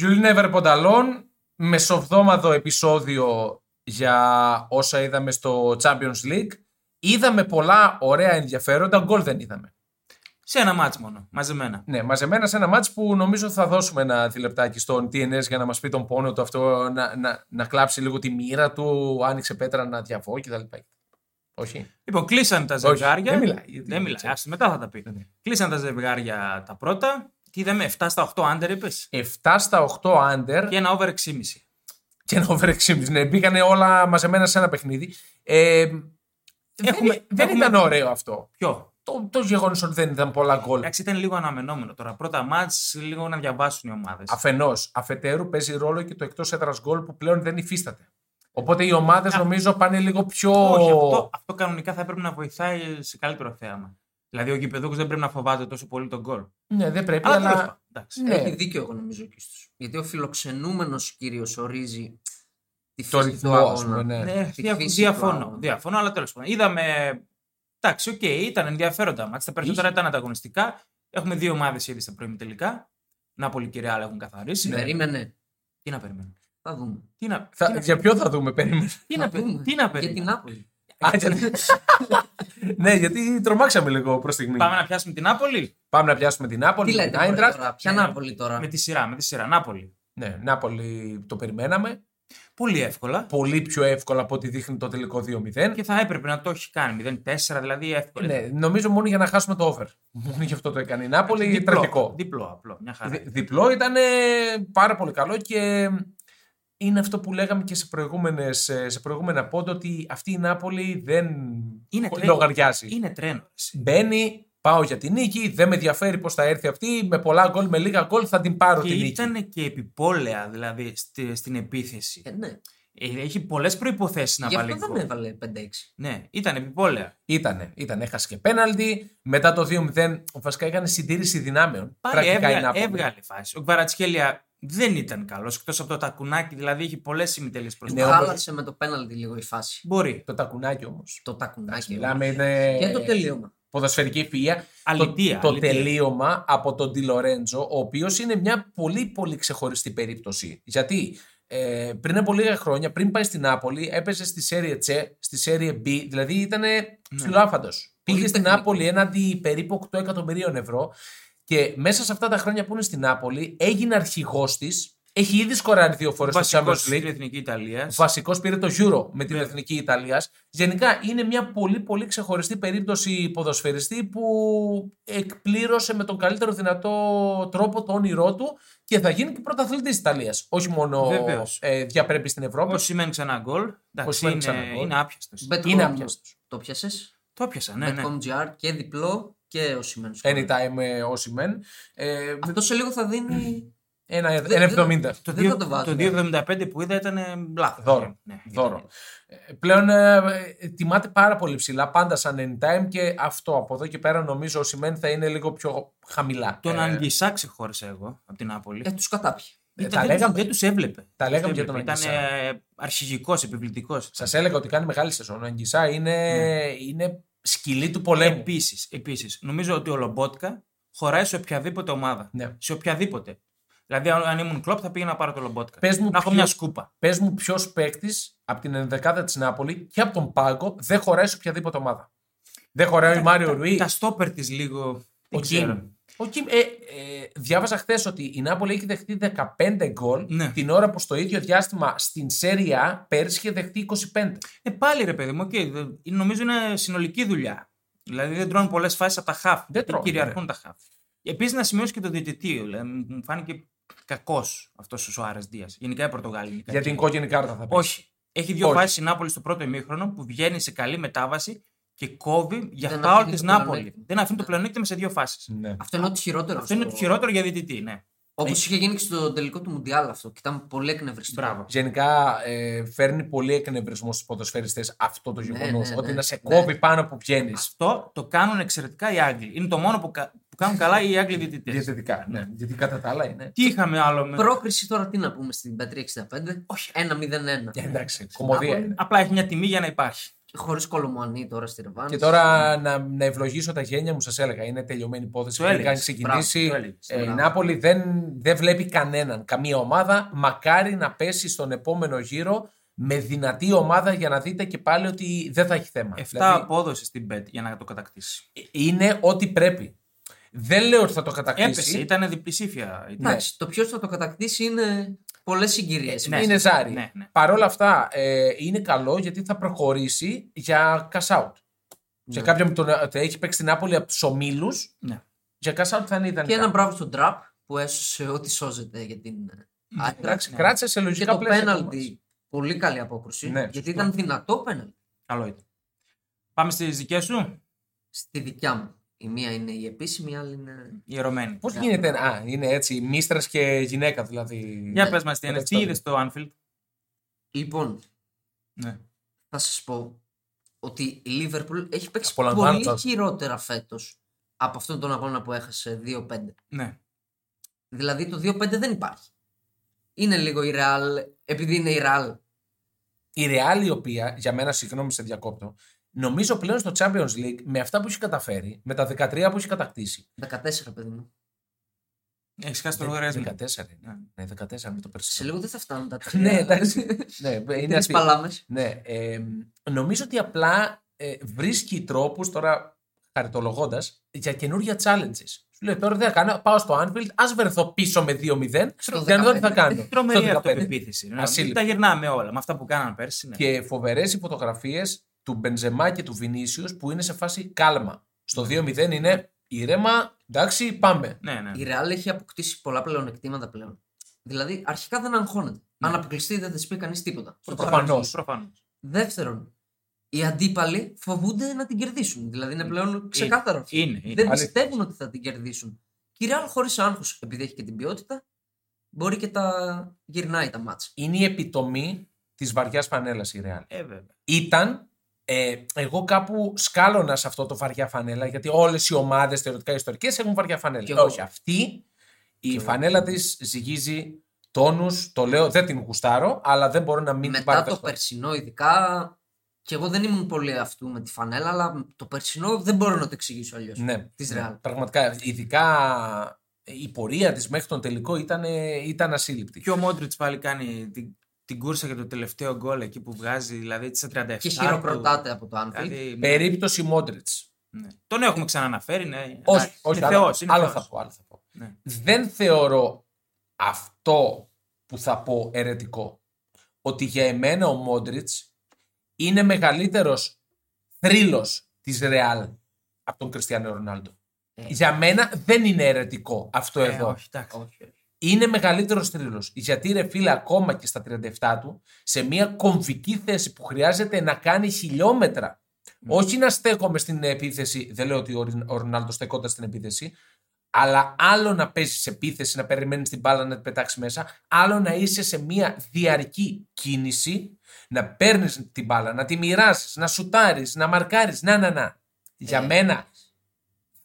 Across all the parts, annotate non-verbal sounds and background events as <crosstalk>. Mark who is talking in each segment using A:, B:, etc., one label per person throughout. A: You'll Never Pantaloon, μεσοβδόμαδο επεισόδιο για όσα είδαμε στο Champions League. Είδαμε πολλά ωραία ενδιαφέροντα, γκολ δεν είδαμε.
B: Σε ένα μάτς μόνο, μαζεμένα.
A: Ναι, μαζεμένα σε ένα μάτς που νομίζω θα δώσουμε ένα τηλεπτάκι στον TNS για να μας πει τον πόνο του αυτό, να, να, να κλάψει λίγο τη μοίρα του, άνοιξε πέτρα να διαβώ κτλ. Όχι.
B: Λοιπόν, κλείσαν τα ζευγάρια.
A: δεν μιλάει.
B: Δεν μιλάει. Άσε, μετά θα τα πει.
A: Ναι.
B: Κλείσαν τα ζευγάρια τα πρώτα. Τι είδαμε, 7 στα 8 άντερ είπε.
A: 7 στα 8 under
B: Και ένα over 6,5.
A: και ένα over 6,5. Ναι, μπήκανε όλα μαζεμένα σε ένα παιχνίδι. Ε, δεν-
B: Έχουμε-
A: δεν
B: έχουμε-
A: ήταν ωραίο αυτό.
B: Ποιο.
A: Το, το γεγονός ότι δεν ήταν πολλά γκολ.
B: Εντάξει, ήταν λίγο αναμενόμενο τώρα. Πρώτα μάτς, λίγο να διαβάσουν οι ομάδες.
A: Αφενός, αφετέρου παίζει ρόλο και το εκτός έδρας γκολ που πλέον δεν υφίσταται. Οπότε οι ομάδες νομίζω πάνε λίγο πιο.
B: Όχι, αυτό, αυτό κανονικά θα έπρεπε να βοηθάει σε καλύτερο θέαμα. Δηλαδή, ο γηπεδούχο δεν πρέπει να φοβάται τόσο πολύ τον γκολ.
A: Ναι, δεν πρέπει,
B: Αλλά τέλο
A: αλλά.
B: πάντων. εντάξει.
A: Ναι.
C: Έχει δίκιο εγώ νομίζω και στους. Γιατί ο φιλοξενούμενος κύριος ορίζει τη φύση
A: Το ρυθμό,
C: του
A: ας
C: αγώνα.
A: πούμε, ναι.
B: Ναι,
C: Τη
B: δια-
C: φύση του
B: διαφωνώ,
C: αγώνα.
B: διαφωνώ, αλλά τέλος πάντων. Είδαμε. Εντάξει, οκ, ήταν ενδιαφέροντα μάτς. Τα περισσότερα
A: Είχε.
B: ήταν ανταγωνιστικά. Έχουμε δύο ομάδες ήδη στα πρώιμη τελικά. Νάπολη και Ρεάλ έχουν καθαρίσει.
C: Ναι. Περίμενε.
B: Τι να περιμένουμε.
C: Θα δούμε.
B: Τι να, τι
A: Ναι, Θα,
B: να-
A: για ποιο θα δούμε, περίμενε.
B: τι να,
C: θα
B: πε-
C: δούμε.
B: τι να
C: Για την
B: περιμένουμε. <laughs>
C: Νάπολη.
A: Α, γιατί- ναι, γιατί τρομάξαμε λίγο προς στιγμή.
B: Πάμε
A: Πάμε...
B: να πιάσουμε την Νάπολη
A: να πιάσουμε την
C: Τι
A: Νάπολη, την
C: λέτε μωρέ,
A: Άιντραχτ.
C: τώρα, ποια
B: Ναι.
C: Νάπολη τώρα.
B: με τη σειρά. Με τη σειρά. Νάπολη.
A: Ναι, Νάπολη το περιμέναμε.
B: Πολύ εύκολα.
A: Πολύ πιο εύκολα από ό,τι δείχνει το τελικό 2-0.
B: Και θα έπρεπε να το έχει κάνει. 0-4, δηλαδή εύκολα.
A: Ναι, νομίζω μόνο για να χάσουμε το over. Μόνο γι' αυτό το έκανε η Νάπολη.
B: διπλό,
A: τραγικό.
B: Διπλό, απλό. Μια χαρά.
A: Δι- διπλό ήταν ε, πάρα πολύ καλό και είναι αυτό που λέγαμε και σε, προηγούμενες, ε, σε προηγούμενα πόντο ότι αυτή η Νάπολη δεν
B: Είναι
A: χω-
B: τρένο.
A: λογαριάζει.
B: Είναι τρένο.
A: Μπαίνει, πάω για την νίκη, δεν με ενδιαφέρει πώς θα έρθει αυτή, με πολλά γκολ, με λίγα γκολ θα την πάρω
B: Και
A: την νίκη.
B: ήταν και επιπόλαια δηλαδή στη- στην επίθεση.
C: Ε, ναι.
B: Ε, Έχει πολλές προποθέσει να
C: Γι'
B: βάλει
C: αυτό δεν
B: γκολ.
C: έβαλε 5-6.
B: Ναι, ήταν επιπόλαια.
A: Ήτανε, ήτανε, έχασε και πέναλτι, μετά το 2-0 βασικά έκανε συντήρηση δυνάμεων.
B: Πάλι
A: πρακτικά η
B: έβγα,
A: Νάπολη.
B: έβγαλε φάση. Ο Κβαρατσχέλια δεν ήταν καλός εκτός από το τακουνάκι, δηλαδή έχει πολλές ημιτελεί
A: Ναι,
B: προσπάθειε.
A: όμως-
C: Χάλασε με το πέναλτι λίγο η φάση.
B: Μπορεί.
A: Το τακουνάκι όμως.
C: Το τακουνάκι.
A: Μιλάμε είναι
C: Και το τελείωμα.
A: ποδοσφαιρική φιλία.
B: Αλητία.
A: το, το
B: αλητία.
A: τελείωμα από τον Ντι Λορέντζο, ο οποίος είναι μια πολύ πολύ ξεχωριστή περίπτωση. Γιατί ε, πριν από λίγα χρόνια, πριν πάει στην Νάπολη, έπαιζε στη Serie C, στη Serie B, δηλαδή ήταν
B: Ναι.
A: ψηλοάφαντος. Πήγε στην
C: τεχνικό.
A: Νάπολη έναντι περίπου 8 εκατομμυρίων ευρώ και μέσα σε αυτά τα χρόνια που είναι στην Νάπολη έγινε αρχηγός της, έχει ήδη σκοράρει δύο φορές στο
B: Βασικός
A: Champions
B: στην
A: League.
B: Εθνική Ιταλίας.
A: Βασικός πήρε το Euro με την
B: Βέβαια.
A: Εθνική Ιταλίας. Γενικά είναι μια πολύ πολύ ξεχωριστή περίπτωση ποδοσφαιριστή που εκπλήρωσε με τον καλύτερο δυνατό τρόπο το όνειρό του και θα γίνει και πρωταθλητής της Ιταλίας. Όχι μόνο
B: Βεβαίως.
A: ε, διαπρέπει στην Ευρώπη.
B: Ο Σίμεν ξανά γκολ. Εντάξει,
A: Σίμεν
B: είναι,
A: ξανά γκολ.
B: είναι άπιαστος.
A: Είναι
C: Betcom.
A: άπιαστος.
C: Το πιάσες.
B: Το πιασα, ναι, ναι.
C: Betcom.gr και διπλό και ο Σιμένου.
A: Anytime όσοι μεν. Ε,
C: Αυτό σε λίγο θα δίνει.
A: ένα,
C: δεν-
A: ένα 70.
B: Το,
C: Δεν
B: δύο-
C: θα το βάζω,
B: το 2,75 που είδα ήταν ε, Ναι, λάθο.
A: ναι. Δώρο. Δώρο. Ε, Πλέον ε, ε, τιμάται πάρα πολύ ψηλά, πάντα σαν anytime και αυτό από εδώ και πέρα νομίζω ο Σιμέν θα είναι λίγο πιο χαμηλά.
B: Τον
A: Ε,
B: Αγγισά ξεχώρισα εγώ από την Νάπολη.
C: Ε, τους κατάπιε.
A: ε,
B: Ήταν-
A: τα
B: δεν,
A: λέγαμε.
B: δεν τους έβλεπε. ε,
A: Τα λέγαμε για τον
B: Ήταν
A: Αγγισά.
B: αρχηγικός, επιβλητικός.
A: Σας έλεγα ότι κάνει μεγάλη σεζόν. Ο Αγγισά είναι,
B: Ναι.
A: είναι σκυλή του πολέμου.
B: Επίσης, επίσης, νομίζω ότι ο Λομπότκα χωράει σε οποιαδήποτε ομάδα.
A: Ναι.
B: Σε οποιαδήποτε. Δηλαδή, αν- αν ήμουν κλοπ, θα πήγαινα να πάρω το Λομπότκα.
A: Πες μου
B: να έχω
A: ποιος-
B: μια σκούπα.
A: Πες μου, ποιος παίκτης από την ενδεκάδα της Νάπολη και από τον Πάγκο δεν χωράει σε οποιαδήποτε ομάδα. Δεν χωράει ο Μάριο Ρουί.
B: Τα στόπερ της λίγο.
A: Ο
B: δεν ξέρω.
A: Κιμ. Ο Κιμ, ε, ε, διάβαζα χθες ότι η Νάπολη έχει δεχτεί 15 γκολ
B: Ναι.
A: την ώρα που στο ίδιο διάστημα στην Σέρια πέρσι είχε δεχτεί 25.
B: Ε, πάλι ρε παιδί μου, οκ, δε- νομίζω είναι συνολική δουλειά. Δηλαδή δεν τρώνε πολλές φάσεις από τα χαφ.
A: Δεν τρώνε,
B: Κυριαρχούν τα χαφ. Επίσης να σημειώσω και τον διαιτητή. Δηλαδή, μου μου φάνηκε κακός αυτός ο Σοάρε Δίας. Γενικά η Πορτογαλία. είναι
A: Για
B: κακή.
A: την κόκκινη κάρτα θα πεις.
B: Ναι. Όχι. Έχει δύο
A: Όχι.
B: φάσεις η Νάπολη στο πρώτο ημίχρονο που βγαίνει σε καλή μετάβαση και κόβει για
C: Δεν
B: φάουλ
C: αφήνει
B: τη
C: το
B: Νάπολη.
C: πλεονέκτημα.
B: Δεν αφήνει το πλεονέκτημα σε δύο φάσεις.
A: Ναι.
C: Αυτό είναι ό,τι χειρότερο.
B: Αυτό είναι το χειρότερο για διαιτητή, ναι.
C: Όπως
A: Ε,
C: είχε γίνει και στο τελικό του Μουντιάλ αυτό. Και ήταν πολύ εκνευριστικό.
B: Μπράβο.
A: Γενικά ε, φέρνει πολύ εκνευρισμό στους ποδοσφαιριστές αυτό το γεγονός.
C: ναι,
A: Ότι
C: ναι.
A: να σε
C: Ναι.
A: κόβει πάνω που βγαίνεις.
B: Αυτό το κάνουν εξαιρετικά οι Άγγλοι. Είναι το μόνο που, κα- που κάνουν καλά οι Άγγλοι διαιτητές.
A: Διαιτητικά, ναι. Γιατί κατά τα άλλα είναι.
B: Τι είχαμε άλλο με.
C: Πρόκριση τώρα τι να πούμε στην Πετρία 65. Όχι. 1-0-1.
A: Ε, Εντάξει, κομμωδία είναι.
B: Απλά έχει μια τιμή για να υπάρχει.
C: Χωρίς Κολομουανί τώρα στη Ρεβάνη.
A: Και τώρα να, να ευλογήσω τα γένια μου, σας έλεγα. Είναι τελειωμένη υπόθεση.
B: Το
A: που
B: έλεγες.
A: έχει ξεκινήσει.
B: Μπράβο, το έλεγες.
A: Ε, η
C: Μπράβο.
A: Νάπολη δεν, δεν βλέπει κανέναν, καμία ομάδα. Μακάρι να πέσει στον επόμενο γύρο με δυνατή ομάδα για να δείτε και πάλι ότι δεν θα έχει θέμα.
B: 7
A: Δηλαδή, ε,
B: απόδοση στην bet για να το κατακτήσει.
A: είναι ό,τι πρέπει. Δεν λέω ότι θα το
B: Έπεσε,
A: κατακτήσει.
B: ήταν διπλησήφια. Ήταν-
A: ναι.
C: Εντάξει, το ποιος θα το κατακτήσει είναι πολλές συγκυρίες.
B: ναι.
A: Είναι ζάρι.
B: Ναι, ναι.
A: Παρ' όλα αυτά ε, είναι καλό γιατί θα προχωρήσει για cash out.
C: Ναι.
A: Σε κάποιον που τον, ε, θα έχει παίξει την Νάπολη από τους ομίλους,
B: Ναι.
A: για cash out θα είναι ιδανικά.
C: Και ένα μπράβο στον Τραπ που έσωσε ό,τι σώζεται για την Άκρα.
A: Ναι. Εντάξει, κράτησε σε
C: ναι. Και
A: λογικά
C: το
A: πλαίσια. το μάτς.
C: πέναλτι. Πολύ καλή απόκριση.
A: Ναι,
C: γιατί
A: σωστό.
C: ήταν δυνατό πέναλτι.
B: Καλό ήταν. Πάμε στις δικές σου.
C: Στη δικιά μου. Η μία είναι η επίσημη, η άλλη είναι. Ναι.
B: Ιερωμένη.
A: Πώ γίνεται. Α, είναι έτσι, μίστρα και γυναίκα δηλαδή.
B: Για πες μας τι είναι,
A: Εντάξει,
B: τι
A: το
B: είδες στο Anfield.
C: Λοιπόν,
B: Ναι.
C: θα σας πω ότι η Λίβερπουλ έχει παίξει
A: Απολαμβάνω
C: πολύ
A: σας.
C: χειρότερα φέτος από αυτόν τον αγώνα που έχασε 2-5.
B: ναι.
C: Δηλαδή το 2-5 δεν υπάρχει. Είναι λίγο η Ρεάλ, επειδή είναι η Ρεάλ.
A: Η Real η οποία, για μένα, συγγνώμη σε διακόπτω, νομίζω πλέον στο Champions League με αυτά που έχει καταφέρει, με τα 13 που έχει κατακτήσει.
C: 14, παιδί μου.
B: Έχεις χάσει το
A: Ναι,
B: λογαριασμό.
A: 14. Ναι, ναι, 14 με το
C: Σε
A: περσικό.
C: λίγο δεν θα φτάνουν τα τρία.
A: Ναι,
C: <laughs>
A: εντάξει. ναι, είναι
C: Τι
A: αυτή.
C: παλάμες.
A: Ναι, ε, νομίζω ότι απλά ε, βρίσκει τρόπους τώρα χαριτολογώντας για καινούργια challenges. Σου λέει τώρα δεν θα κάνω, πάω στο Anfield, ας βρεθώ πίσω με 2-0
C: Στο
A: και να δω τι θα
C: 15.
A: κάνω. Στο
B: <laughs> Τρομερή
A: 15.
B: αυτοπεποίθηση. Ναι.
A: Ασύλληπτη.
B: Τα γυρνάμε όλα με αυτά που κάναν πέρσι. Ναι.
A: Και φοβερές οι φωτογραφίε του Μπενζεμά και του Βινίσιους που είναι σε φάση κάλμα. Στο 2-0 είναι ήρεμα, εντάξει, πάμε.
B: Ναι, ναι.
C: Η Ρεάλ έχει αποκτήσει πολλά πλεονεκτήματα πλέον. Δηλαδή, αρχικά δεν αγχώνεται.
A: Ναι.
C: Αν αποκλειστεί, δεν της πει κανείς τίποτα.
A: Το προφανώς.
B: Προφανώς.
C: Δεύτερον, οι αντίπαλοι φοβούνται να την κερδίσουν. Δηλαδή,
A: Ναι.
C: είναι πλέον ξεκάθαρο. αυτό.
B: Είναι. είναι.
C: Δεν
A: Αλήθεια.
C: πιστεύουν ότι θα την κερδίσουν. Και η Ρεάλ χωρίς άγχος, επειδή έχει και την ποιότητα, μπορεί και τα γυρνάει τα μάτσα.
A: Είναι η επιτομή της βαριάς πανέλα η Real.
B: Ε, βέβαια.
A: ήταν. Ε, εγώ κάπου σκάλωνα σε αυτό το βαριά φανέλα, γιατί όλες οι ομάδες θεωρητικά ιστορικές έχουν βαριά φανέλα.
C: Κι εγώ.
A: Όχι, αυτή η φανέλα της ζυγίζει τόνους. Το λέω, δεν την γουστάρω, αλλά δεν μπορώ να μην την
C: Μετά το
A: παραπέσω.
C: περσινό, ειδικά. Και εγώ δεν ήμουν πολύ αυτού με τη φανέλα, αλλά το περσινό δεν μπορώ να το εξηγήσω αλλιώς.
A: Ναι,
C: της
A: ναι,
C: Real.
A: Πραγματικά, ειδικά ε, η πορεία της μέχρι τον τελικό ήταν, ήταν ασύλληπτη.
B: Και ο Μόντριτ πάλι κάνει την, την κούρσα για το τελευταίο γκολ εκεί που βγάζει, δηλαδή σε 37.
C: Και
B: του.
C: χειροκροτάται από το Anfield.
B: Δηλαδή, ναι.
A: Περίπτωση Μόντριτ.
B: Ναι. Τον έχουμε ξαναναφέρει, ναι.
A: Όχι, όχι.
B: είναι
A: άλλο-
B: θεός, είναι
A: άλλο
B: θεός.
A: θα πω, άλλο θα πω.
B: Ναι.
A: Δεν θεωρώ αυτό που θα πω ερετικό. Ότι για εμένα ο Μόντριτς είναι μεγαλύτερος θρύλος της Ρεάλ από τον Κριστιανό Ρονάλντο.
C: Ε.
A: Για μένα δεν είναι ερετικό αυτό
B: Ε,
A: εδώ.
B: όχι, εντάξει.
C: Όχι, όχι.
A: Είναι μεγαλύτερος θρύλος. Γιατί ρε φίλε, ακόμα και στα 37 του, σε μια κομβική θέση που χρειάζεται να κάνει χιλιόμετρα. Όχι να στέκομαι στην επίθεση. Δεν λέω ότι ο Ριν- ο Ρονάλντο στεκόταν στην επίθεση. Αλλά άλλο να παίζεις επίθεση, να περιμένεις την μπάλα να την πετάξεις μέσα. Άλλο να είσαι σε μια διαρκή κίνηση, να παίρνεις την μπάλα, να τη μοιράζεις, να σουτάρεις, να μαρκάρεις. Να, να, να. Για
C: Ε.
A: μένα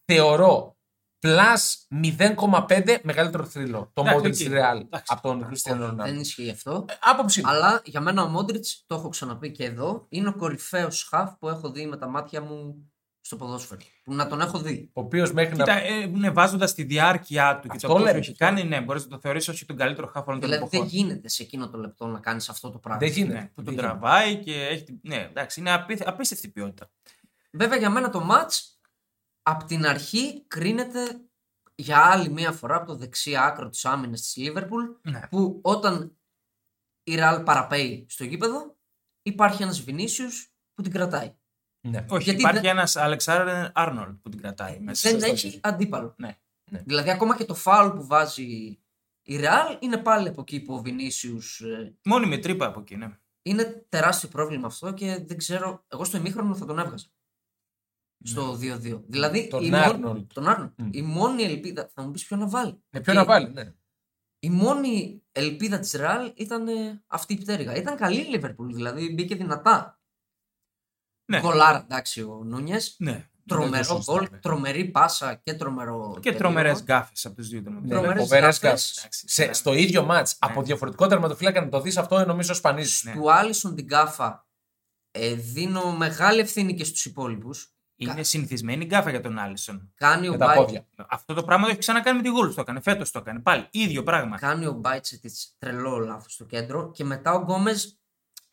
A: θεωρώ πλάς 0,5 μεγαλύτερο θρύλο. Το
B: Εντάξει,
A: Μόντριτ
B: οκ.
A: Ρεάλ
B: Εντάξει. Ε,
A: από τον Κριστιανό
C: Δεν
A: Ρονάλντο.
C: ισχύει αυτό.
A: Άποψή μου.
C: Αλλά για μένα ο Μόντριτ, το έχω ξαναπεί και εδώ, είναι ο κορυφαίος χαφ που έχω δει με τα μάτια μου στο ποδόσφαιρο. Που να τον έχω δει.
A: Ο οποίος μέχρι
B: Κοίτα,
A: να.
B: ε, ναι, βάζοντας τη διάρκεια του και
A: Αυτό
B: το πώς
A: λέμε.
B: έχει κάνει, ναι, μπορείς να το θεωρήσει όχι τον καλύτερο χάφο όλων των
C: δηλαδή δεν
B: εποχών.
C: γίνεται σε εκείνο το λεπτό να κάνεις αυτό το πράγμα.
A: Δεν γίνεται.
B: Ναι, που
A: Δεν
B: τον
A: γίνεται.
B: τραβάει και έχει. την- Ναι, εντάξει, είναι απίθε- απίστευτη ποιότητα.
C: Βέβαια για μένα το ματ από την αρχή κρίνεται για άλλη μία φορά από το δεξί άκρο της άμυνας της Λίβερπουλ.
B: Ναι.
C: Που όταν η Ραλ παραπέει στο γήπεδο, υπάρχει ένας Βινίσιο που την κρατάει.
A: Ναι.
B: Όχι,
C: Γιατί
B: υπάρχει
C: δεν-
B: ένας Αλεξάνδρ Άρνολτ που την κρατάει μέσα.
C: δεν
B: στο-
C: έχει αντίπαλο.
B: Ναι,
A: ναι.
C: Δηλαδή, ακόμα και το φάουλ που βάζει η Ρεάλ είναι πάλι από εκεί που ο ε, Βινίσιου.
B: Μόνη με τρύπα από εκεί, ναι.
C: Είναι τεράστιο πρόβλημα αυτό και δεν ξέρω. Εγώ στο ημίχρονο θα τον έβγαζα. Στο 2-2. Δηλαδή,
A: Ναι. Τον
C: η
A: Άρνολτ.
C: Τον Άρνολτ.
A: Μμ.
C: Η μόνη ελπίδα. Θα μου πεις ποιο να βάλει.
A: Ναι, ποιο
C: Οκ.
A: να βάλει, ναι.
C: Η μόνη ελπίδα της Ρεάλ ήταν ε, αυτή η πτέρυγα. Ήταν καλή η Λίβερπουλ, δηλαδή μπήκε δυνατά.
B: Ναι.
C: Κολάρα, εντάξει, ο Νούνιες.
B: ναι.
A: Δεν το
C: Τρομερό
A: σωστά,
C: γκολ,
A: ναι.
C: τρομερή πάσα και τρομερό.
B: Και τρομερές γκάφες από τους δύο των
A: Ναι,
C: Τρομερές
A: φοβερές
C: γάφες.
A: γάφες.
B: Εντάξει,
A: Σε-
B: ναι.
A: Στο ίδιο μάτς,
B: Ναι.
A: ε, από διαφορετικό τερματοφύλακα να το δεις αυτό, νομίζω σπανίζεις.
B: Ναι.
C: Του Άλισον την κάφα Ε, δίνω μεγάλη ευθύνη και στους υπόλοιπους.
B: Είναι συνηθισμένη γκάφα για τον Άλισον.
C: Κάνει ο
A: Με τα
C: Μπάιτ
A: πόδια.
B: Αυτό το πράγμα το έχει ξανακάνει με τη Γούλφ. Το έκανε φέτος, το έκανε πάλι. ίδιο πράγμα.
C: κάνει ο Μπάιτσετιτ τρελό λάθος στο κέντρο και μετά ο Γκόμες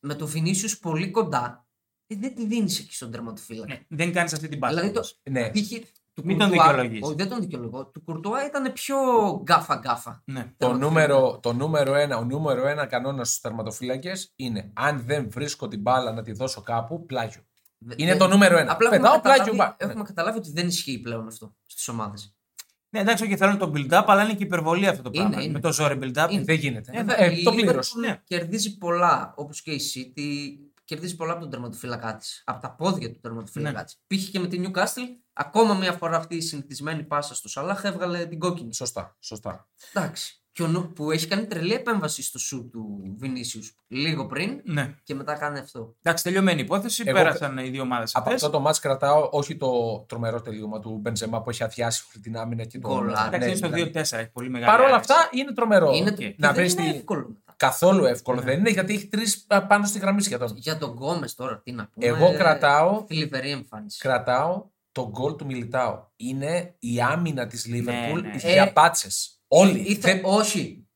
C: με το Βινίσιους πολύ κοντά. Ε, δεν τη δίνεις εκεί στον τερματοφύλακα.
B: Ναι, δεν κάνεις αυτή την μπάλα.
C: Δηλαδή το-
A: Ναι.
C: Π.χ. του
B: Μην τον
C: Κουρτουά-
B: δικαιολογείς.
C: Όχι, δεν τον δικαιολογώ. Του Κουρτουά ήταν πιο γκάφα γκάφα.
B: Ναι.
A: Το
C: τερματοφύλακα.
A: νούμερο, το νούμερο ένα, ο νούμερο ένα κανόνας στους τερματοφύλακες είναι αν δεν βρίσκω την μπάλα να τη δώσω κάπου, πλάγιο.
C: Δε-
A: Είναι
C: δεν-
A: το νούμερο ένα.
C: Ε, Απλά έχουμε,
A: Πετάω πλάγιο.
C: καταλάβει,
A: μπα-
C: έχουμε
A: Ναι.
C: καταλάβει ότι δεν ισχύει πλέον αυτό στις ομάδες.
B: ναι, εντάξει, και θέλουν το build-up, αλλά είναι και υπερβολή αυτό το
C: Είναι,
B: πράγμα.
C: είναι.
B: Με το ζόρι build-up.
C: Είναι.
A: Δεν γίνεται.
B: Ε,
A: Ε, το πλήρω.
B: ναι.
C: κερδίζει πολλά, όπως και η City, κερδίζει πολλά από τον τερματοφύλακά τη. Από τα πόδια του τερματοφύλακά
B: Ναι.
C: τη. Πήχε και με την Newcastle, ακόμα μια φορά αυτή η συνηθισμένη πάσα στο Σαλάχ έβγαλε την κόκκινη.
A: Σωστά. σωστά.
C: Εντάξει. Και ο Νου- που έχει κάνει τρελή επέμβαση στο σου του Βινίσιους λίγο πριν
B: Ναι.
C: και μετά κάνει αυτό.
B: Εντάξει, τελειωμένη υπόθεση.
A: Εγώ-
B: Πέρασαν οι δύο ομάδες
A: Από
B: αυτές.
A: αυτό το μάτς κρατάω όχι το τρομερό τελείωμα του Μπεντζεμά που έχει αδειάσει όλη την άμυνα και τον.
C: Γκολ, άρα.
B: Εντάξει,
A: ναι,
B: είναι στο
A: δηλαδή.
B: 2-4. Έχει πολύ μεγάλη.
A: Παρ' όλα
B: άνεση.
A: αυτά είναι τρομερό.
C: Ναι, είναι, Ναι. και δεν
A: βρεις
C: είναι
A: τη-
C: εύκολο μετά.
A: Καθόλου εύκολο δεν είναι γιατί έχει τρεις πάνω στη γραμμή σχεδόν.
C: Για τον Γκόμες τώρα τι να πούμε.
A: Εγώ κρατάω,
C: Θλιβερή εμφάνιση.
A: κρατάω το γκολ του Μιλιτάου. Είναι η άμυνα της Λίβερπουλ
B: ναι.
A: για
C: Ε,
A: πάτσες. Όλοι.
C: Ήθε...
A: Δεν-
C: Όχι.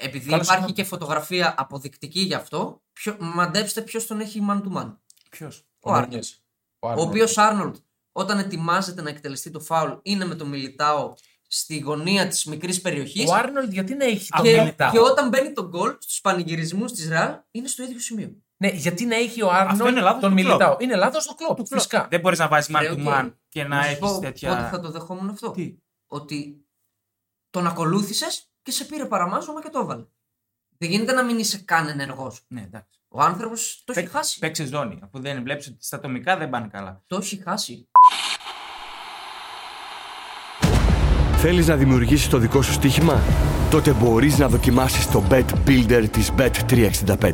C: Επειδή
A: Καλώς
C: υπάρχει
A: ήρθατε.
C: και φωτογραφία αποδεικτική γι' αυτό, ποιο... μαντέψτε ποιος τον έχει man to man.
B: Ποιος?
C: Ο Άρνολτ.
A: Νούνιες.
C: Ο
A: Άρνολτ.
C: οποίο Άρνολτ, όταν ετοιμάζεται να εκτελεστεί το φάουλ, είναι με το Μιλιτάο στη γωνία της μικρής περιοχής.
A: Ο Άρνολτ γιατί να έχει το
C: Και,
A: Μιλιτάο.
C: και όταν μπαίνει το γκολ στους πανηγυρισμούς της Ρεάλ, είναι στο ίδιο σημείο.
A: Ναι, γιατί να έχει ο
B: Αυτό είναι
A: Άρνολτ
B: λάθος
A: τον
B: του Klopp.
A: Μιλιτάο. Είναι λάθος το κλοπ. Φυσικά.
B: Δεν μπορείς να βάζεις man
C: Λέω
B: to
C: και-
B: man και να
C: σου πω
B: έχει
C: Πότε θα
B: τέτοια.
C: το δεχόμουν αυτό.
B: Τι.
C: Ότι τον ακολούθησες και σε πήρε παραμάζωμα και το έβαλε. Δεν γίνεται να μην είσαι καν ενεργός.
B: Ναι, εντάξει.
C: Ο άνθρωπος το έχει
B: Παίξε-
C: χάσει.
B: Παίξε ζώνη. Αφού δεν βλέπεις ότι στα ατομικά δεν πάνε καλά.
C: Το έχει χάσει.
D: Θέλεις να δημιουργήσεις το δικό σου στοίχημα? Τότε μπορείς να δοκιμάσεις το Bet Builder της Bet365.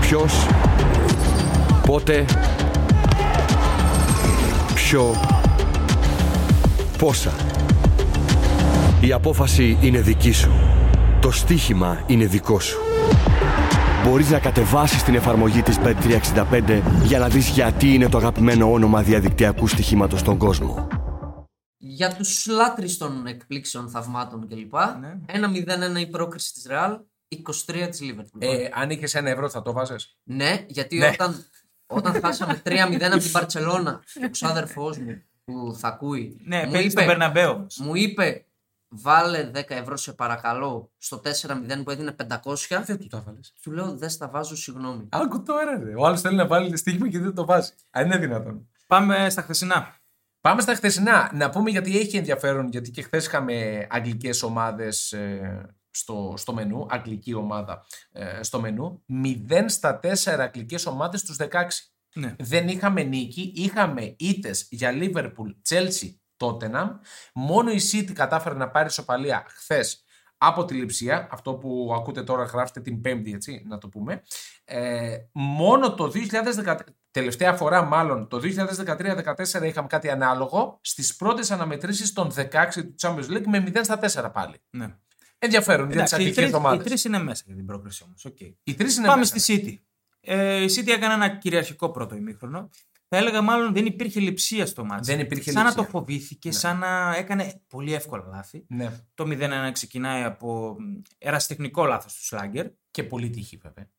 D: Ποιος, πότε, ποιο, πόσα. Η απόφαση είναι δική σου. Το στοίχημα είναι δικό σου. Μπορείς να κατεβάσεις την εφαρμογή της Bet365 για να δεις γιατί είναι το αγαπημένο όνομα διαδικτυακού στοιχήματος στον κόσμο.
C: Για τους λάτρεις των εκπλήξεων, θαυμάτων κλπ.
B: Ναι.
C: Ένα 1-0-1 η πρόκριση της Ρεάλ, 23 της Λίβερπουλ.
A: Ε, αν είχες ένα ευρώ θα το βάζες.
C: Ναι, γιατί
B: Ναι.
C: όταν, όταν χάσαμε 3-0 από την Παρσελώνα, ο ξάδερφός μου που θα ακούει.
B: Ναι,
C: μου,
B: παίζει στον
C: είπε,
B: Περναμπέο όμω.
C: μου είπε, βάλε 10 ευρώ σε παρακαλώ στο 4-0 που έδινε 500.
A: Δεν του τα βάλε.
C: Του λέω, δεν στα βάζω, συγγνώμη.
A: Άκου τώρα, ρε. Ο άλλος θέλει να βάλει στοίχημα και δεν το βάζει. Αν είναι δυνατόν.
B: Πάμε στα χθεσινά.
A: Πάμε στα χθεσινά. Να πούμε γιατί έχει ενδιαφέρον, γιατί και χθες είχαμε αγγλικές ομάδες στο, στο μενού, αγγλική ομάδα ε, στο μενού. 0 στα 4 αγγλικές ομάδες στους 16.
B: Ναι.
A: Δεν είχαμε νίκη, είχαμε ήττες για Liverpool, Chelsea, Tottenham. Μόνο η City κατάφερε να πάρει σοπαλία χθες από τη Λιψία. Αυτό που ακούτε τώρα γράφτε την Πέμπτη, έτσι, να το πούμε. Ε, μόνο το 2013, τελευταία φορά μάλλον, το 2013-2014 είχαμε κάτι ανάλογο στις πρώτες αναμετρήσεις των 16 του Champions League με 0 στα 4 πάλι.
B: ναι.
A: Ενδιαφέρον για τις
B: Εντάξει, οι
A: αγγλικές
B: τρεις- οι
A: ομάδες.
B: τρεις είναι μέσα για την πρόκριση όμως. Okay.
A: Οι τρεις είναι
B: Πάμε
A: μέσα. ναι.
B: στη City. Ε, η City έκανε ένα κυριαρχικό πρώτο ημίχρονο. Θα έλεγα μάλλον δεν υπήρχε λειψία στο μάτι.
A: Δεν υπήρχε
B: σαν
A: λειψία.
B: να το φοβήθηκε,
A: Ναι.
B: σαν να έκανε πολύ εύκολα λάθη.
A: Ναι.
B: Το 0-1 ξεκινάει από μ, ερασιτεχνικό λάθος του Σλάγκερ.
A: Και πολύ τύχη βέβαια. Να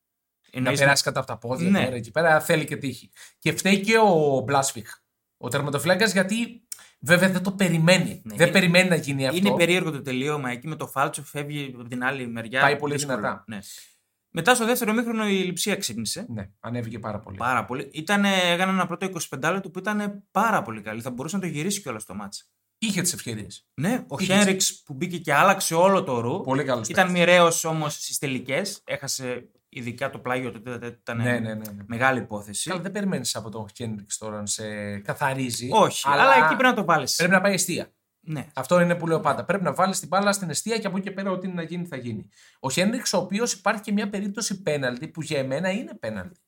B: Εννοείς-
A: περάσει κατά από τα πόδια
B: Ναι.
A: τώρα εκεί πέρα θέλει και τύχη. Και φταίει και ο Μπλάσφιχ, ο τερματοφυλάκας, γιατί βέβαια δεν το περιμένει.
B: Ναι,
A: δεν
B: είναι-
A: περιμένει να γίνει αυτό.
B: Είναι περίεργο το τελείωμα εκεί με το φάλτσο, φεύγει από την άλλη μεριά.
A: Πάει πολύ δυνατά.
B: Ναι. Μετά στο δεύτερο μήχρονο η λειψία ξύπνησε.
A: Ναι, ανέβηκε πάρα πολύ.
B: Πάρα πολύ. Ήτανε, έκανε ένα πρώτο 25 λεπτό που ήταν πάρα πολύ καλή. Θα μπορούσε να το γυρίσει κιόλας το μάτς.
A: Είχε τις ευκαιρίες.
B: Ναι, ο
A: Είχε.
B: Χένριξ που μπήκε και άλλαξε όλο το ρου.
A: Πολύ καλός
B: Ήταν
A: παίκτης.
B: μοιραίος όμως στις τελικές. Έχασε ειδικά το πλάγιο του τέταρτο. Ήταν
A: Ναι, ναι, ναι, ναι.
B: μεγάλη υπόθεση.
A: Καλά, δεν περιμένεις από τον Χένριξ τώρα να σε καθαρίζει.
B: Όχι, αλλά, εκεί πρέπει να το βάλεις.
A: πρέπει να πάει αιστεία.
B: Ναι.
A: Αυτό είναι που λέω πάντα. Πρέπει να βάλεις την μπάλα στην αιστεία και από εκεί και πέρα, ό,τι είναι να γίνει, θα γίνει. Ο Χένριξ, ο οποίος υπάρχει και μια περίπτωση πέναλτη που για εμένα είναι πέναλτη.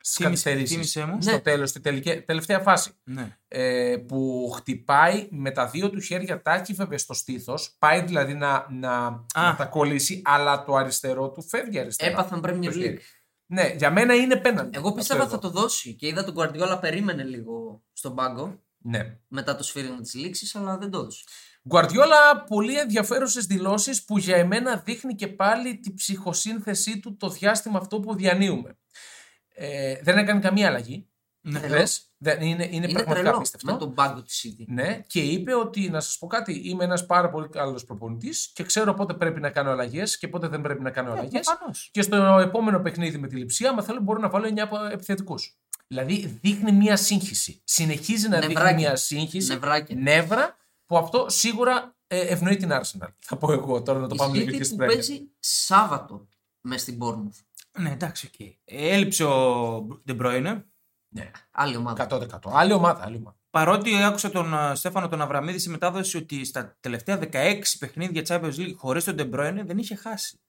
A: Στι
B: Θύμισε-
A: καθυστερήσεις.
B: θύμισε μου.
A: Στο
C: Ναι.
A: τέλος, στη τελικε- τελευταία φάση.
B: Ναι.
A: ε, που χτυπάει με τα δύο του χέρια τάκιβε στο στήθος. Πάει δηλαδή να, να,
B: Α.
A: να τα κολλήσει, αλλά το αριστερό του φεύγει αριστερά.
C: Έπαθαν Premier
A: Το χέρι.
C: League.
A: Ναι, για μένα είναι πέναντι.
C: Εγώ πίστευα
A: Αυτό
C: θα το δώσει και είδα τον Guardiola περίμενε λίγο στον πάγκο
A: Ναι.
C: μετά το σφύριγμα της λήξης, αλλά δεν το έδωσε.
A: Γκουαρδιόλα, πολύ ενδιαφέρουσες δηλώσεις που για εμένα δείχνει και πάλι τη ψυχοσύνθεσή του το διάστημα αυτό που διανύουμε. Ε, δεν έκανε καμία αλλαγή.
C: Τρελό.
A: Λες, δεν- είναι, είναι,
C: Ναι. Είναι
A: πραγματικά
C: τρελό
A: απίστευτο. ε.
C: με τον πάγκο της City.
A: Ναι, και είπε ότι να σας πω κάτι, είμαι ένας πάρα πολύ καλός προπονητής και ξέρω πότε πρέπει να κάνω αλλαγές και πότε δεν πρέπει να
B: Ε,
A: κάνω αλλαγές.
B: προφανώς.
A: Και στο επόμενο παιχνίδι με τη λειψία, άμα θέλω, μπορώ να βάλω 9 επιθετικούς. Δηλαδή δείχνει μια σύγχυση. Συνεχίζει να δείχνει
C: Νευράκι.
A: μια σύγχυση.
C: Νευράκι.
A: Νεύρα, που αυτό σίγουρα ε, ευνοεί την Arsenal. Θα πω εγώ τώρα να το
C: Η
A: πάμε λίγο
C: City
A: και
C: που
A: στην Premier.
C: παίζει Σάββατο μες στην Bournemouth.
B: Ναι, εντάξει, οκ. Έλειψε ο De Bruyne.
A: Ναι,
C: Άλλη ομάδα.
A: 100%. Άλλη ομάδα, άλλη ομάδα.
B: Παρότι άκουσα τον ε, Στέφανο τον Αβραμίδη στη μετάδοση ότι στα τελευταία 16 παιχνίδια Champions League χωρίς τον De Bruyne δεν είχε χάσει.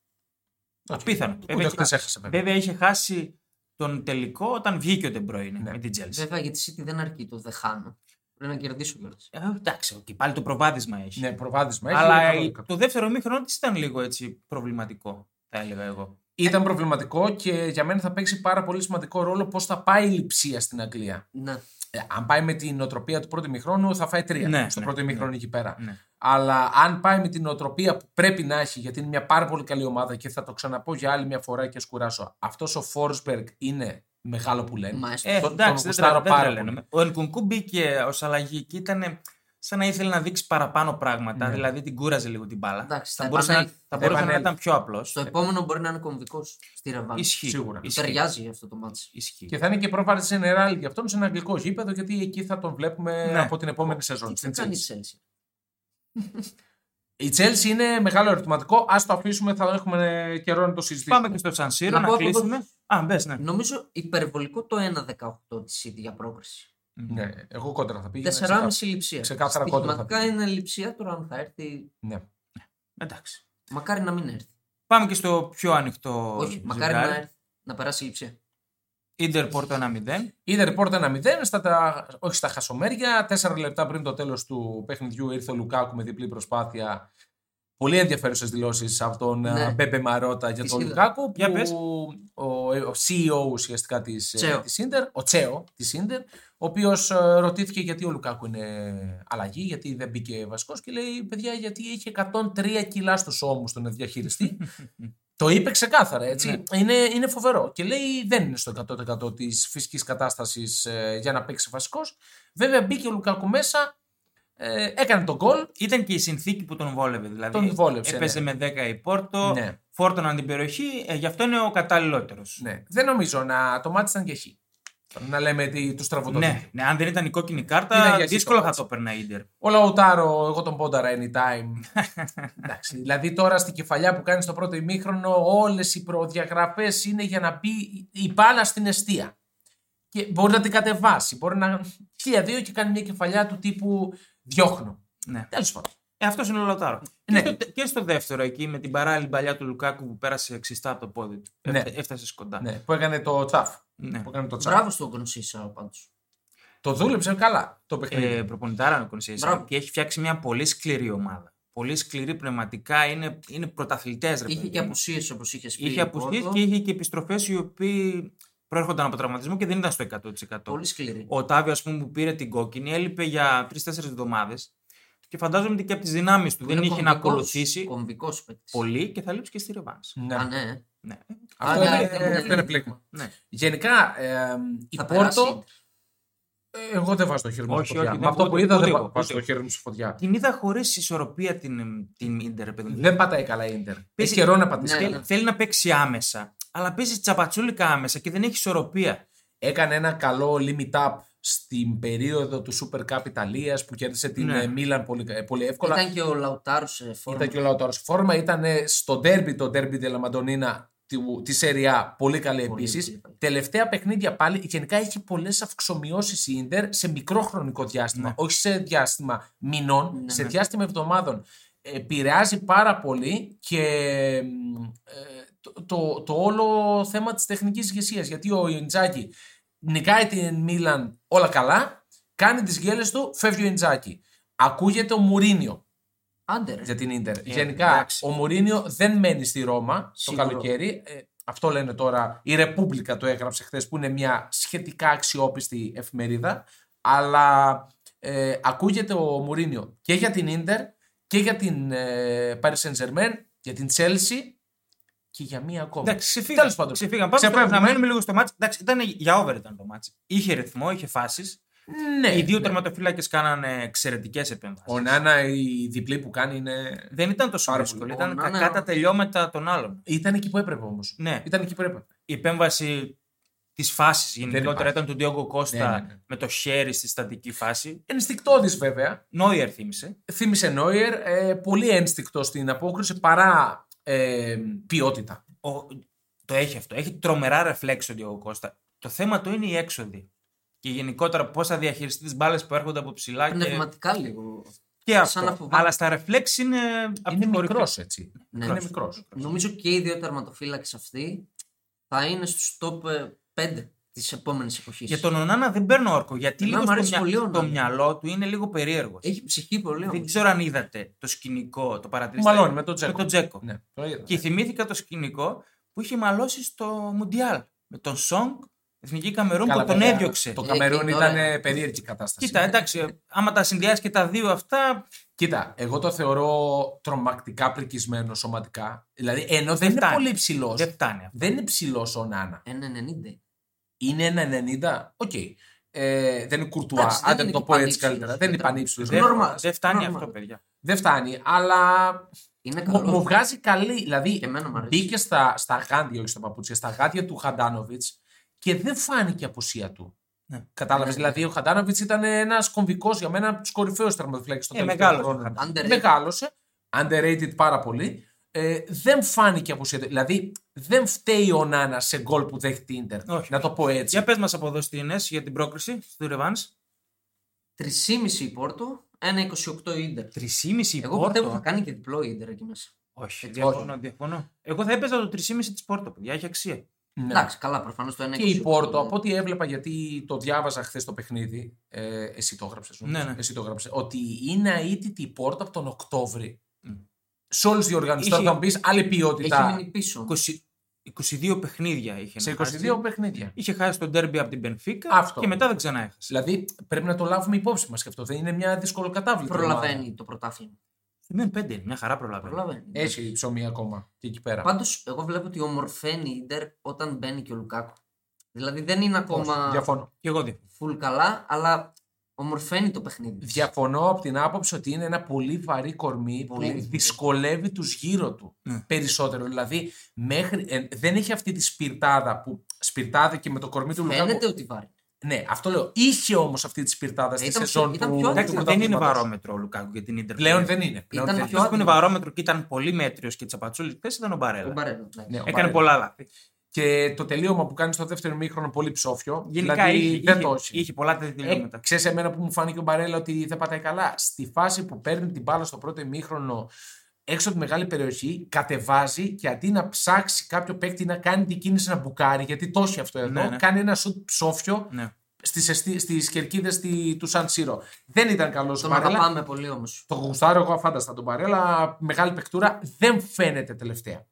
B: Απίθανο.
A: Ούτε χτες έχασε, βέβαια.
B: βέβαια είχε χάσει τον τελικό όταν βγήκε ο De Bruyne
A: Ναι.
B: με την Chelsea.
C: Ε, Βέβαια για τη City δεν αρκεί το δεχάνω. Πρέπει να κερδίσω κιόλας.
B: Ε, εντάξει, οκ, πάλι το προβάδισμα έχει.
A: Ναι, προβάδισμα. έχει,
B: Αλλά
A: δεν
B: ε,
A: θα
B: το δεύτερο μήχρονο της ήταν λίγο έτσι προβληματικό, θα έλεγα εγώ.
A: Ήταν προβληματικό και για μένα θα παίξει πάρα πολύ σημαντικό ρόλο πώς θα πάει η λειψία στην Αγγλία.
C: Ναι.
A: Ε, αν πάει με την νοοτροπία του πρώτου μηχρόνου, θα φάει τρία
B: Ναι,
A: στο
B: ναι,
A: πρώτο
B: ναι.
A: ημιχρόνο εκεί πέρα.
B: Ναι.
A: Αλλά αν πάει με την νοοτροπία που πρέπει να έχει, γιατί είναι μια πάρα πολύ καλή ομάδα και θα το ξαναπώ για άλλη μια φορά και σκουράσω, αυτός ο Φόρσμπεργκ είναι μεγάλο που λένε.
C: Μαέστρο.
B: Ε,
A: τον
B: εντάξει, δεν,
A: γουστάρω
B: τρα- δεν
A: πάρα
B: τρελαίνομαι. Ο Ενκουνκού μπήκε ως αλλαγή και ήταν σαν να ήθελε να δείξει παραπάνω πράγματα.
A: Ναι.
B: Δηλαδή την κούραζε λίγο την μπάλα.
C: Εντάξει,
B: θα
C: θα
B: μπορούσε, να,
C: επανέλθει.
A: Θα
B: θα μπορούσε να
A: επανέλθει.
B: ήταν πιο απλός.
C: Στο επόμενο μπορεί να είναι κομβικός στη Ρεβάν.
B: Ισχύει.
A: Σίγουρα.
B: Ισχύει.
C: Ταιριάζει για αυτό το μάτσο.
B: Ισχύει.
A: Και θα είναι και πρόβαρη general για αυτόν σε ένα αγγλικό γήπεδο, γιατί εκεί θα τον βλέπουμε
B: Ναι.
A: από την επόμενη σεζόν.
C: Τι
A: Στην
C: κάνει η
A: Chelsea.
C: Chelsea.
A: Η Chelsea είναι μεγάλο ερωτηματικό. Ας το αφήσουμε, θα έχουμε καιρό να το συζητήσουμε.
B: Πάμε και στο Σανσίρο
C: Να
B: να,
C: πω από εδώ-
B: κλείσουμε. Α, μπες, ναι.
C: Νομίζω υπερβολικό το 1-18 της City για πρόκριση.
A: Ναι, εγώ κόντρα θα πήγαινα.
C: 4,5
A: ξεκάθαρα.
C: λειψία.
A: ξεκάθαρα κόντρα θα
C: Στοιχηματικά
A: πήγαινε.
C: είναι λειψία τώρα αν θα έρθει.
A: Ναι.
B: Εντάξει.
C: Μακάρι να μην έρθει.
B: Πάμε και στο πιο ανοιχτό.
C: Όχι, μακάρι να έρθει. Να περάσει η λειψία.
B: Ιντερ Πόρτο 1-0.
A: Είδε ρεπόρτ 1-0, στα, τα, όχι στα χασομέρια. Τέσσερα λεπτά πριν το τέλος του παιχνιδιού ήρθε ο Λουκάκου με διπλή προσπάθεια. Πολύ ενδιαφέρουσες δηλώσεις από τον
C: Ναι.
A: ε, Μπέμπε Μαρότα για
C: Τις
A: τον
C: είδα.
A: Λουκάκου.
B: Για
A: που
B: πες.
A: ο, ο CEO ουσιαστικά της
C: Τσέο.
A: Ιντερ, ο Τσέο της Ιντερ, ο οποίος ρωτήθηκε γιατί ο Λουκάκου είναι αλλαγή, γιατί δεν μπήκε βασικός και λέει: Παιδιά, γιατί είχε 103 κιλά στους ώμους τον διαχειριστή. Το είπε ξεκάθαρα, έτσι. Είναι, είναι φοβερό. Και λέει δεν είναι στο 100% της φυσικής κατάστασης ε, για να παίξει βασικός. Βέβαια μπήκε ο Λουκάκου μέσα, ε, έκανε τον γκολ.
B: Ήταν και η συνθήκη που τον βόλευε. Δηλαδή,
A: Τον βόλεψε,
B: Έπαιζε
A: ναι.
B: με 10 η Πόρτο,
A: Ναι.
B: φόρτωναν την περιοχή, ε, γι' αυτό είναι ο καταλληλότερος.
A: Ναι. Δεν νομίζω να το μάτι ήταν και χ. Να λέμε του τραβωτοδίτη.
B: Ναι, ναι, αν δεν ήταν η κόκκινη
A: Ήταν
B: κάρτα,
A: για
B: δύσκολα
A: σύστομα,
B: θα το έπαιρνε η Ιντερ.
A: Ο Λαουτάρο, εγώ τον πόνταρα anytime. <laughs> Εντάξει, δηλαδή τώρα στην κεφαλιά που κάνει στο πρώτο ημίχρονο, όλες οι προδιαγραφές είναι για να μπει η μπάλα στην αιστεία. Και μπορεί να την κατεβάσει. Μπορεί να. Χίλια δύο και κάνει μια κεφαλιά του τύπου διώχνω.
B: Ναι.
A: Τέλος πάντων.
B: Ε, αυτός είναι ο Λαουτάρο.
A: Ναι.
B: Και, στο, και στο δεύτερο εκεί με την παράλληλη παλιά του Λουκάκου που πέρασε ξυστά από το πόδι του.
A: Ναι.
B: Έφτα- Έφτασε κοντά.
A: Ναι, που έκανε το τσαφ.
B: Ναι.
A: Που έκανε το τσαφ.
C: Μπράβο στον Κονσίσα πάντως.
A: Το δούλεψε καλά το παιχνίδι.
B: Ε, προπονητάρα ο Κονσέης.
C: Μπράβο.
B: και έχει φτιάξει μια πολύ σκληρή ομάδα. Πολύ σκληρή πνευματικά, είναι, είναι πρωταθλητές.
C: Είχε και απουσίες όπως είχες πει.
B: Είχε
C: η
B: απουσίες
C: Πόρτο.
B: και είχε και επιστροφές οι οποίοι προέρχονταν από τραυματισμό και δεν ήταν στο 100%.
C: Πολύ σκληρή.
B: Ο Τάβιο, ας πούμε, που πήρε την κόκκινη, έλειπε για 3-4 εβδομάδες. Και φαντάζομαι ότι και από τις δυνάμεις του δεν είχε να ακολουθήσει
C: Κομβικός παίκτης.
B: πολύ και θα λείψει και στη Ρεβάνς.
A: Ναι.
C: Α, ναι.
B: Ναι.
A: Αυτό,
C: Αλλά
A: είναι,
C: δεν-
A: αυτό είναι πλήγμα.
B: ναι.
A: Γενικά, ε, η
C: Θα περάσει η
A: Πόρτο.
C: Ιντερ.
A: ε, Εγώ δεν βάζω το χέρι μου
B: Όχι,
A: στη φωτιά.
B: όχι,
A: Με
B: δεν-
A: αυτό που
B: ούτε-
A: είδα,
B: ούτε
A: δεν
B: εγώ,
A: βάζω
B: ούτε
A: το χέρι μου στη φωτιά.
B: Την είδα χωρίς ισορροπία την, την Ιντερ, παιδί μου.
A: Δεν πατάει καλά η Ιντερ. Έχει
B: Παίζει-
A: καιρό να πατήσει.
C: Ναι.
A: καλά.
B: Θέλ- Θέλει να παίξει άμεσα, αλλά παίζει τσαπατσούλικα άμεσα και δεν έχει ισορροπία.
A: Έκανε ένα καλό limit up στην περίοδο του Super Cup Ιταλίας που κέρδισε την
B: Ναι.
A: ε, Μίλαν πολύ, ε, πολύ εύκολα.
C: Ήταν και ο ε, Λαουτάρο σε φόρμα.
A: Ήταν και ο Λαουτάρος σε φόρμα. Ήταν στο ντέρμπι, το ντέρμπι τη Λαμαντονίνα τη Σεριά. Πολύ καλή
C: Πολύ
A: επίσης.
C: καλή.
A: Τελευταία παιχνίδια πάλι. Γενικά έχει πολλές αυξομοιώσεις η ντερ σε μικρό χρονικό διάστημα.
B: Ναι.
A: Όχι σε διάστημα μηνών,
C: Ναι,
A: σε
B: ναι.
A: διάστημα εβδομάδων. Ε, Επηρεάζει πάρα πολύ και μ, ε, το, το, το όλο θέμα της τεχνικής ηγεσίας. Γιατί ο Ιντζάκη νικάει την Μίλαν όλα καλά, κάνει τις γέλες του, φεύγει ο Ιντζάκη. Ακούγεται ο Μουρίνιο
C: Άντερ.
A: για την Ίντερ.
B: Ε,
A: Γενικά,
B: εντάξει.
A: ο Μουρίνιο δεν μένει στη Ρώμα
C: Σίγουρο.
A: το καλοκαίρι. Ε, Αυτό λένε τώρα. Η Ρεπούμπλικα το έγραψε χθες, που είναι μια σχετικά αξιόπιστη εφημερίδα. Αλλά ε, ακούγεται ο Μουρίνιο και για την ντερ και για την ε, Paris Saint Germain, για την Chelsea και για μία ακόμα.
B: Εντάξει, ξεφύγαν.
A: Τέλος πάντων.
B: Ξεφύγαν. Πάμε
A: Ξεφεύγουμε.
B: στο- να μένουμε λίγο στο μάτσο. Εντάξει, ήταν για over ήταν το μάτσο. Είχε ρυθμό, είχε φάσεις.
A: Ναι,
B: Οι δύο
A: ναι.
B: τερματοφύλακες κάνανε εξαιρετικές επέμβασεις.
A: Ο Νάνα η διπλή που κάνει είναι...
B: Δεν ήταν τόσο
A: Πάρα
B: δύσκολο.
A: πολύ.
B: Ήταν
C: Ο
B: κακά
C: Νάνα-
B: τα τελειώματα των άλλων.
A: Ήταν εκεί που έπρεπε όμως.
B: Ναι.
A: Ήταν εκεί που έπρεπε.
B: Η επέμβαση της φάσης γενικότερα
A: υπάρχει.
B: ήταν του Ντιόγκο Κώστα
A: Ναι, ναι, ναι.
B: με το χέρι στη στατική φάση.
A: Ενστικτόδης βέβαια.
B: Νόιερ θύμισε.
A: Θύμησε Νόιερ. Ε, πολύ ένστικτο στην απόκριση παρά ε, ποιότητα.
B: Ο- Το έχει αυτό. Έχει τρομερά ρεφλέξ ο Ντιόγκο Κώστα. Το θέμα του είναι η έξοδη. Και γενικότερα πώς θα διαχειριστεί τις μπάλες που έρχονται από ψηλά. Και...
C: Πνευματικά λίγο.
B: Και αυτό.
C: Σαν να φοβάται.
B: Αλλά στα ρεφλέξ είναι. απ'
A: είναι
B: την κορυφή.
A: μικρός έτσι.
C: Ναι.
A: Είναι μικρός.
C: Νομίζω και οι δύο τερματοφύλακες αυτοί θα είναι στους top ε, 5 της επόμενης εποχής.
B: Για τον Ονάνα δεν παίρνω όρκο. Γιατί λίγο
C: Εμένα μου
B: στο,
C: αρέσει
B: μυα-
C: πολύ ο
B: στο
C: Ονάνα.
B: μυαλό του είναι λίγο περίεργος.
C: Έχει ψυχή πολύ
B: Δεν
C: όμως.
B: ξέρω αν είδατε το σκηνικό, το παρατηρήσατε.
A: Μαλώνει με τον Τζέκο.
B: Με τον Τζέκο.
A: Ναι, το είδα.
B: Και θυμήθηκα το σκηνικό που είχε μαλώσει στο Μουντιάλ. Με τον Σόγκ, Εθνική Καμερούν,
A: Καλά,
B: που τον
A: βέβαια,
B: έδιωξε.
A: Το
C: Ε,
A: Καμερούν
C: και τώρα-
A: ήταν ε, περίεργη κατάσταση.
B: Κοίτα, εντάξει, ε, άμα τα συνδυάσει και τα δύο αυτά.
A: Κοίτα, εγώ το θεωρώ τρομακτικά πρικισμένο σωματικά. Δηλαδή, ενώ δεν, είναι
B: φτάνει.
A: πολύ ψηλό.
B: Δεν φτάνει αυτό.
A: Δεν είναι ψηλό ο Νάνα.
C: 1,90.
A: Είναι ένα 90. Οκ. Ε, δεν είναι κουρτουά.
C: Εντάξει, δεν
A: Άντε να το
C: είναι και
A: πω έτσι
C: πανύψηλος.
A: καλύτερα. Δεν είναι
C: Κοίτα.
A: πανύψηλο.
B: Δεν-
C: Normal.
B: Δεν φτάνει
C: Normal.
B: αυτό, παιδιά.
A: Δεν φτάνει, αλλά
C: Είναι
A: Μου, μου
C: καλό.
A: βγάζει καλή. Δηλαδή,
C: Και εμένα μου αρέσει.
A: μπήκε στα, στα γάντια, όχι στα παπούτσια, στα γάντια του Χαντάνοβιτ και δεν φάνηκε η απουσία του.
B: Ναι.
A: Κατάλαβες.
C: Ναι, ναι.
A: δηλαδή, ο Χαντάνοβιτ ήταν ένας κομβικός για μένα από τους κορυφαίους τερματοφυλάκες των
B: Ε,
A: τελευταίων
B: μεγάλος
A: χρόνων.
B: ο Χαντάνοβιτς.
C: Underrated.
A: Μεγάλωσε. Underrated πάρα πολύ. Ε, δεν φάνηκε η απουσία του. Δηλαδή, δεν φταίει ο Νάνας σε γκολ που δέχεται η Ιντερ.
B: Όχι.
A: Να το πω έτσι.
B: Για πες μας από εδώ στην Ινές για την πρόκριση του Ρεβάν.
C: 3,5 η Πόρτο, 1,28 η Ιντερ.
B: 3,5 η
C: Εγώ πιστεύω θα κάνει και διπλό η Ιντερ εκεί μέσα.
B: Όχι,
A: Όχι.
B: διαφωνώ, διαφωνώ. Εγώ θα έπαιζα το 3,5 της Πόρτο, παιδιά, έχει αξία.
A: Ναι.
C: Εντάξει, καλά, προφανώς το 1,28.
A: Και η Πόρτο,
C: ναι.
A: από ό,τι έβλεπα, γιατί το διάβαζα χθες το παιχνίδι, ε, εσύ το έγραψες.
B: Ναι, ναι.
A: Εσύ το έγραψες, ότι είναι αίτητη η Πόρτο από τον Οκτώβρη.
B: Μμ.
A: Σε όλους τους διοργανωτέ. Τώρα
B: Είχε-
A: θα μου πεις άλλη ποιότητα.
C: Έχει μείνει πίσω.
B: 20 22 παιχνίδια είχε
A: Σε
B: να
A: 22
B: χάσει.
A: παιχνίδια.
B: Είχε χάσει τον τέρμπι από την Μπενφίκα
A: Αυτό.
B: και μετά δεν ξανά έχασε.
A: Δηλαδή πρέπει να το λάβουμε υπόψη μας και αυτό. Δεν είναι μια δυσκολοκατάβλητη. ομάδα.
C: Προλαβαίνει το πρωτάθλημα.
A: Ναι.
B: Μείον 5 Ναι, είναι, μια χαρά προλαβαίνει.
C: Προλαβαίνει.
A: Έχει ψωμί ακόμα και εκεί πέρα.
C: Πάντως, εγώ βλέπω ότι ομορφαίνει η Ιντερ όταν μπαίνει και ο Λουκάκο. Δηλαδή δεν είναι ακόμα
A: Διαφωνώ.
B: Και εγώ δεν.
C: full καλά, αλλά ομορφαίνει το παιχνίδι. της.
A: Διαφωνώ από την άποψη ότι είναι ένα πολύ βαρύ κορμί
C: Πολύ
A: που
C: βαρύ.
A: δυσκολεύει τους γύρω του
B: Ναι.
A: περισσότερο. Δηλαδή, μέχρι, ε, δεν έχει αυτή τη σπιρτάδα που σπιρτάδα και με το κορμί του Λουκάκου.
C: Φαίνεται ότι βάρει.
A: Ναι, αυτό λέω. Είχε όμως αυτή τη σπιρτάδα
B: Ε,
A: στη
C: Ήταν πιο-
A: σεζόν
C: ήταν
A: του.
C: πιο
A: του
B: Εντάξει, δεν είναι
A: πρωταθλήματος.
B: βαρόμετρο Ναι. Ε- ο Λουκάκου για την Ιντερ.
A: Πλέον δεν είναι. Πλέον
C: Ήταν
A: δεν
C: πιο
A: είναι.
B: Αυτός που είναι βαρόμετρο και ήταν πολύ μέτριο και τσαπατσούλης χθε ήταν ο Μπαρέλα.
C: Ο Μπαρέλο, εντάξει.
A: Ναι, ο
B: Έκανε
A: Μπαρέλα.
B: πολλά λάθη.
A: Και το τελείωμα που κάνεις στο δεύτερο μήχρονο πολύ ψόφιο.
B: Γενικά
A: δηλαδή,
B: είχε,
A: δεν
B: είχε,
A: το έχει.
B: είχε πολλά τέτοια
A: Ε,
B: τελειώματα.
A: ξέρεις εμένα που μου φάνηκε ο Μπαρέλα ότι δεν πατάει καλά. Στη φάση που παίρνει την μπάλα στο πρώτο ημίχρονο έξω από τη μεγάλη περιοχή, κατεβάζει και αντί να ψάξει κάποιο παίκτη να κάνει την κίνηση να μπουκάρει, γιατί το έχει αυτό εδώ,
B: Ναι, ναι.
A: κάνει ένα σουτ ψόφιο
B: Ναι.
A: στις, εστι- στις κερκίδες τη- του Σαν Σύρο. Δεν ήταν καλός ο
C: Τον
A: Μπαρέλα.
C: αγαπάμε πολύ όμως.
A: Το γουστάρω εγώ αφάνταστα τον Παρέλα. Μεγάλη παικτούρα. Δεν φαίνεται τελευταία.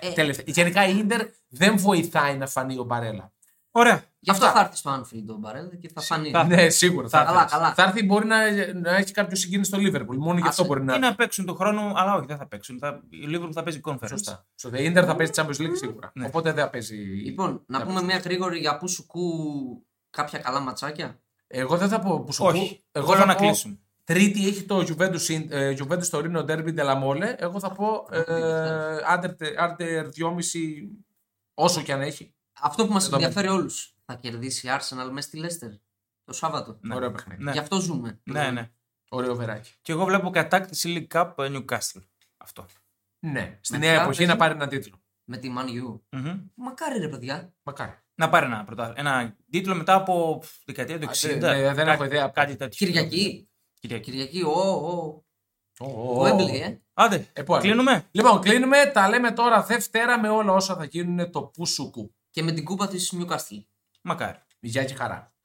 A: Ε,
C: Ε,
A: τελευταία. Γενικά η ντερ δεν βοηθάει να φανεί ο Παρέλα.
B: Ωραία.
C: Γι' αυτό
A: Αυτά.
C: θα έρθει στο Anfield ο Μπαρέλα και θα φανεί.
B: θα-
A: Ναι, σίγουρα. Θα,
C: Καλά,
A: έρθει.
C: καλά.
A: θα έρθει, μπορεί να, να έχει κάποιο συγκίνηση στο Λίβερπουλ. Μόνο γι' αυτό
C: Άσε,
A: μπορεί να
B: Ή
A: έρθει.
B: να παίξουν τον χρόνο, αλλά όχι, δεν θα παίξουν. Θα... Η Λίβερπουλ θα παίζει conference.
A: Σωστά. Σωστά. Η ντερ θα παίζει Champions League σίγουρα.
B: Ναι.
A: Οπότε δεν θα παίζει.
C: Λοιπόν, να
A: θα
C: πούμε
A: παίζει.
C: μια γρήγορη για που σου κού κάποια καλά ματσάκια.
A: Εγώ δεν θα πω που σου
B: Όχι.
A: πω. Εγώ
B: Θέλω
A: θα
B: να
A: πω,
B: κλείσουμε.
A: Τρίτη έχει το Juventus, in- ε, Juventus το Ρήνο Derby Ντελαμόλε. Εγώ θα πω
C: Θα το
A: ε, άντερ- άντερ 2,5 όσο και αν έχει.
C: Αυτό που μα
A: Δεδομένο.
C: ενδιαφέρει όλου. Θα κερδίσει η Arsenal μέσα στη Leicester το Σάββατο.
B: Ναι.
A: Ωραίο παιχνίδι.
B: Ναι.
C: Γι' αυτό ζούμε.
B: Ναι, ναι.
A: Ωραίο βεράκι.
B: Και εγώ βλέπω κατάκτηση League Cup ε, Newcastle. Αυτό.
A: Ναι, στη
C: Με
A: νέα
C: τράπεζα.
A: εποχή να πάρει ένα τίτλο.
C: Με τη Man U.
B: Μμμ.
C: Μακάρι ρε παιδιά.
A: Μακάρι.
B: Να πάρει ένα, πρωτά, ένα τίτλο μετά από δεκαετία του 60.
A: Α, ναι, ναι, δεν
B: κάτι-
A: έχω ιδέα.
B: Κάτι τέτοιο.
C: Κυριακή.
B: Κυριακή.
C: Κυριακή, ο, ο.
A: Ω, ω, ω.
C: Wembley, ε.
B: Άντε,
A: Ε, πού άλλο.
B: κλείνουμε.
A: Λοιπόν, κλείνουμε. Τα λέμε τώρα Δευτέρα με όλα όσα θα γίνουν το Πουσουκού.
C: Και με την κούπα τη Newcastle.
B: Μακάρι.
A: é Γεια και χαρά.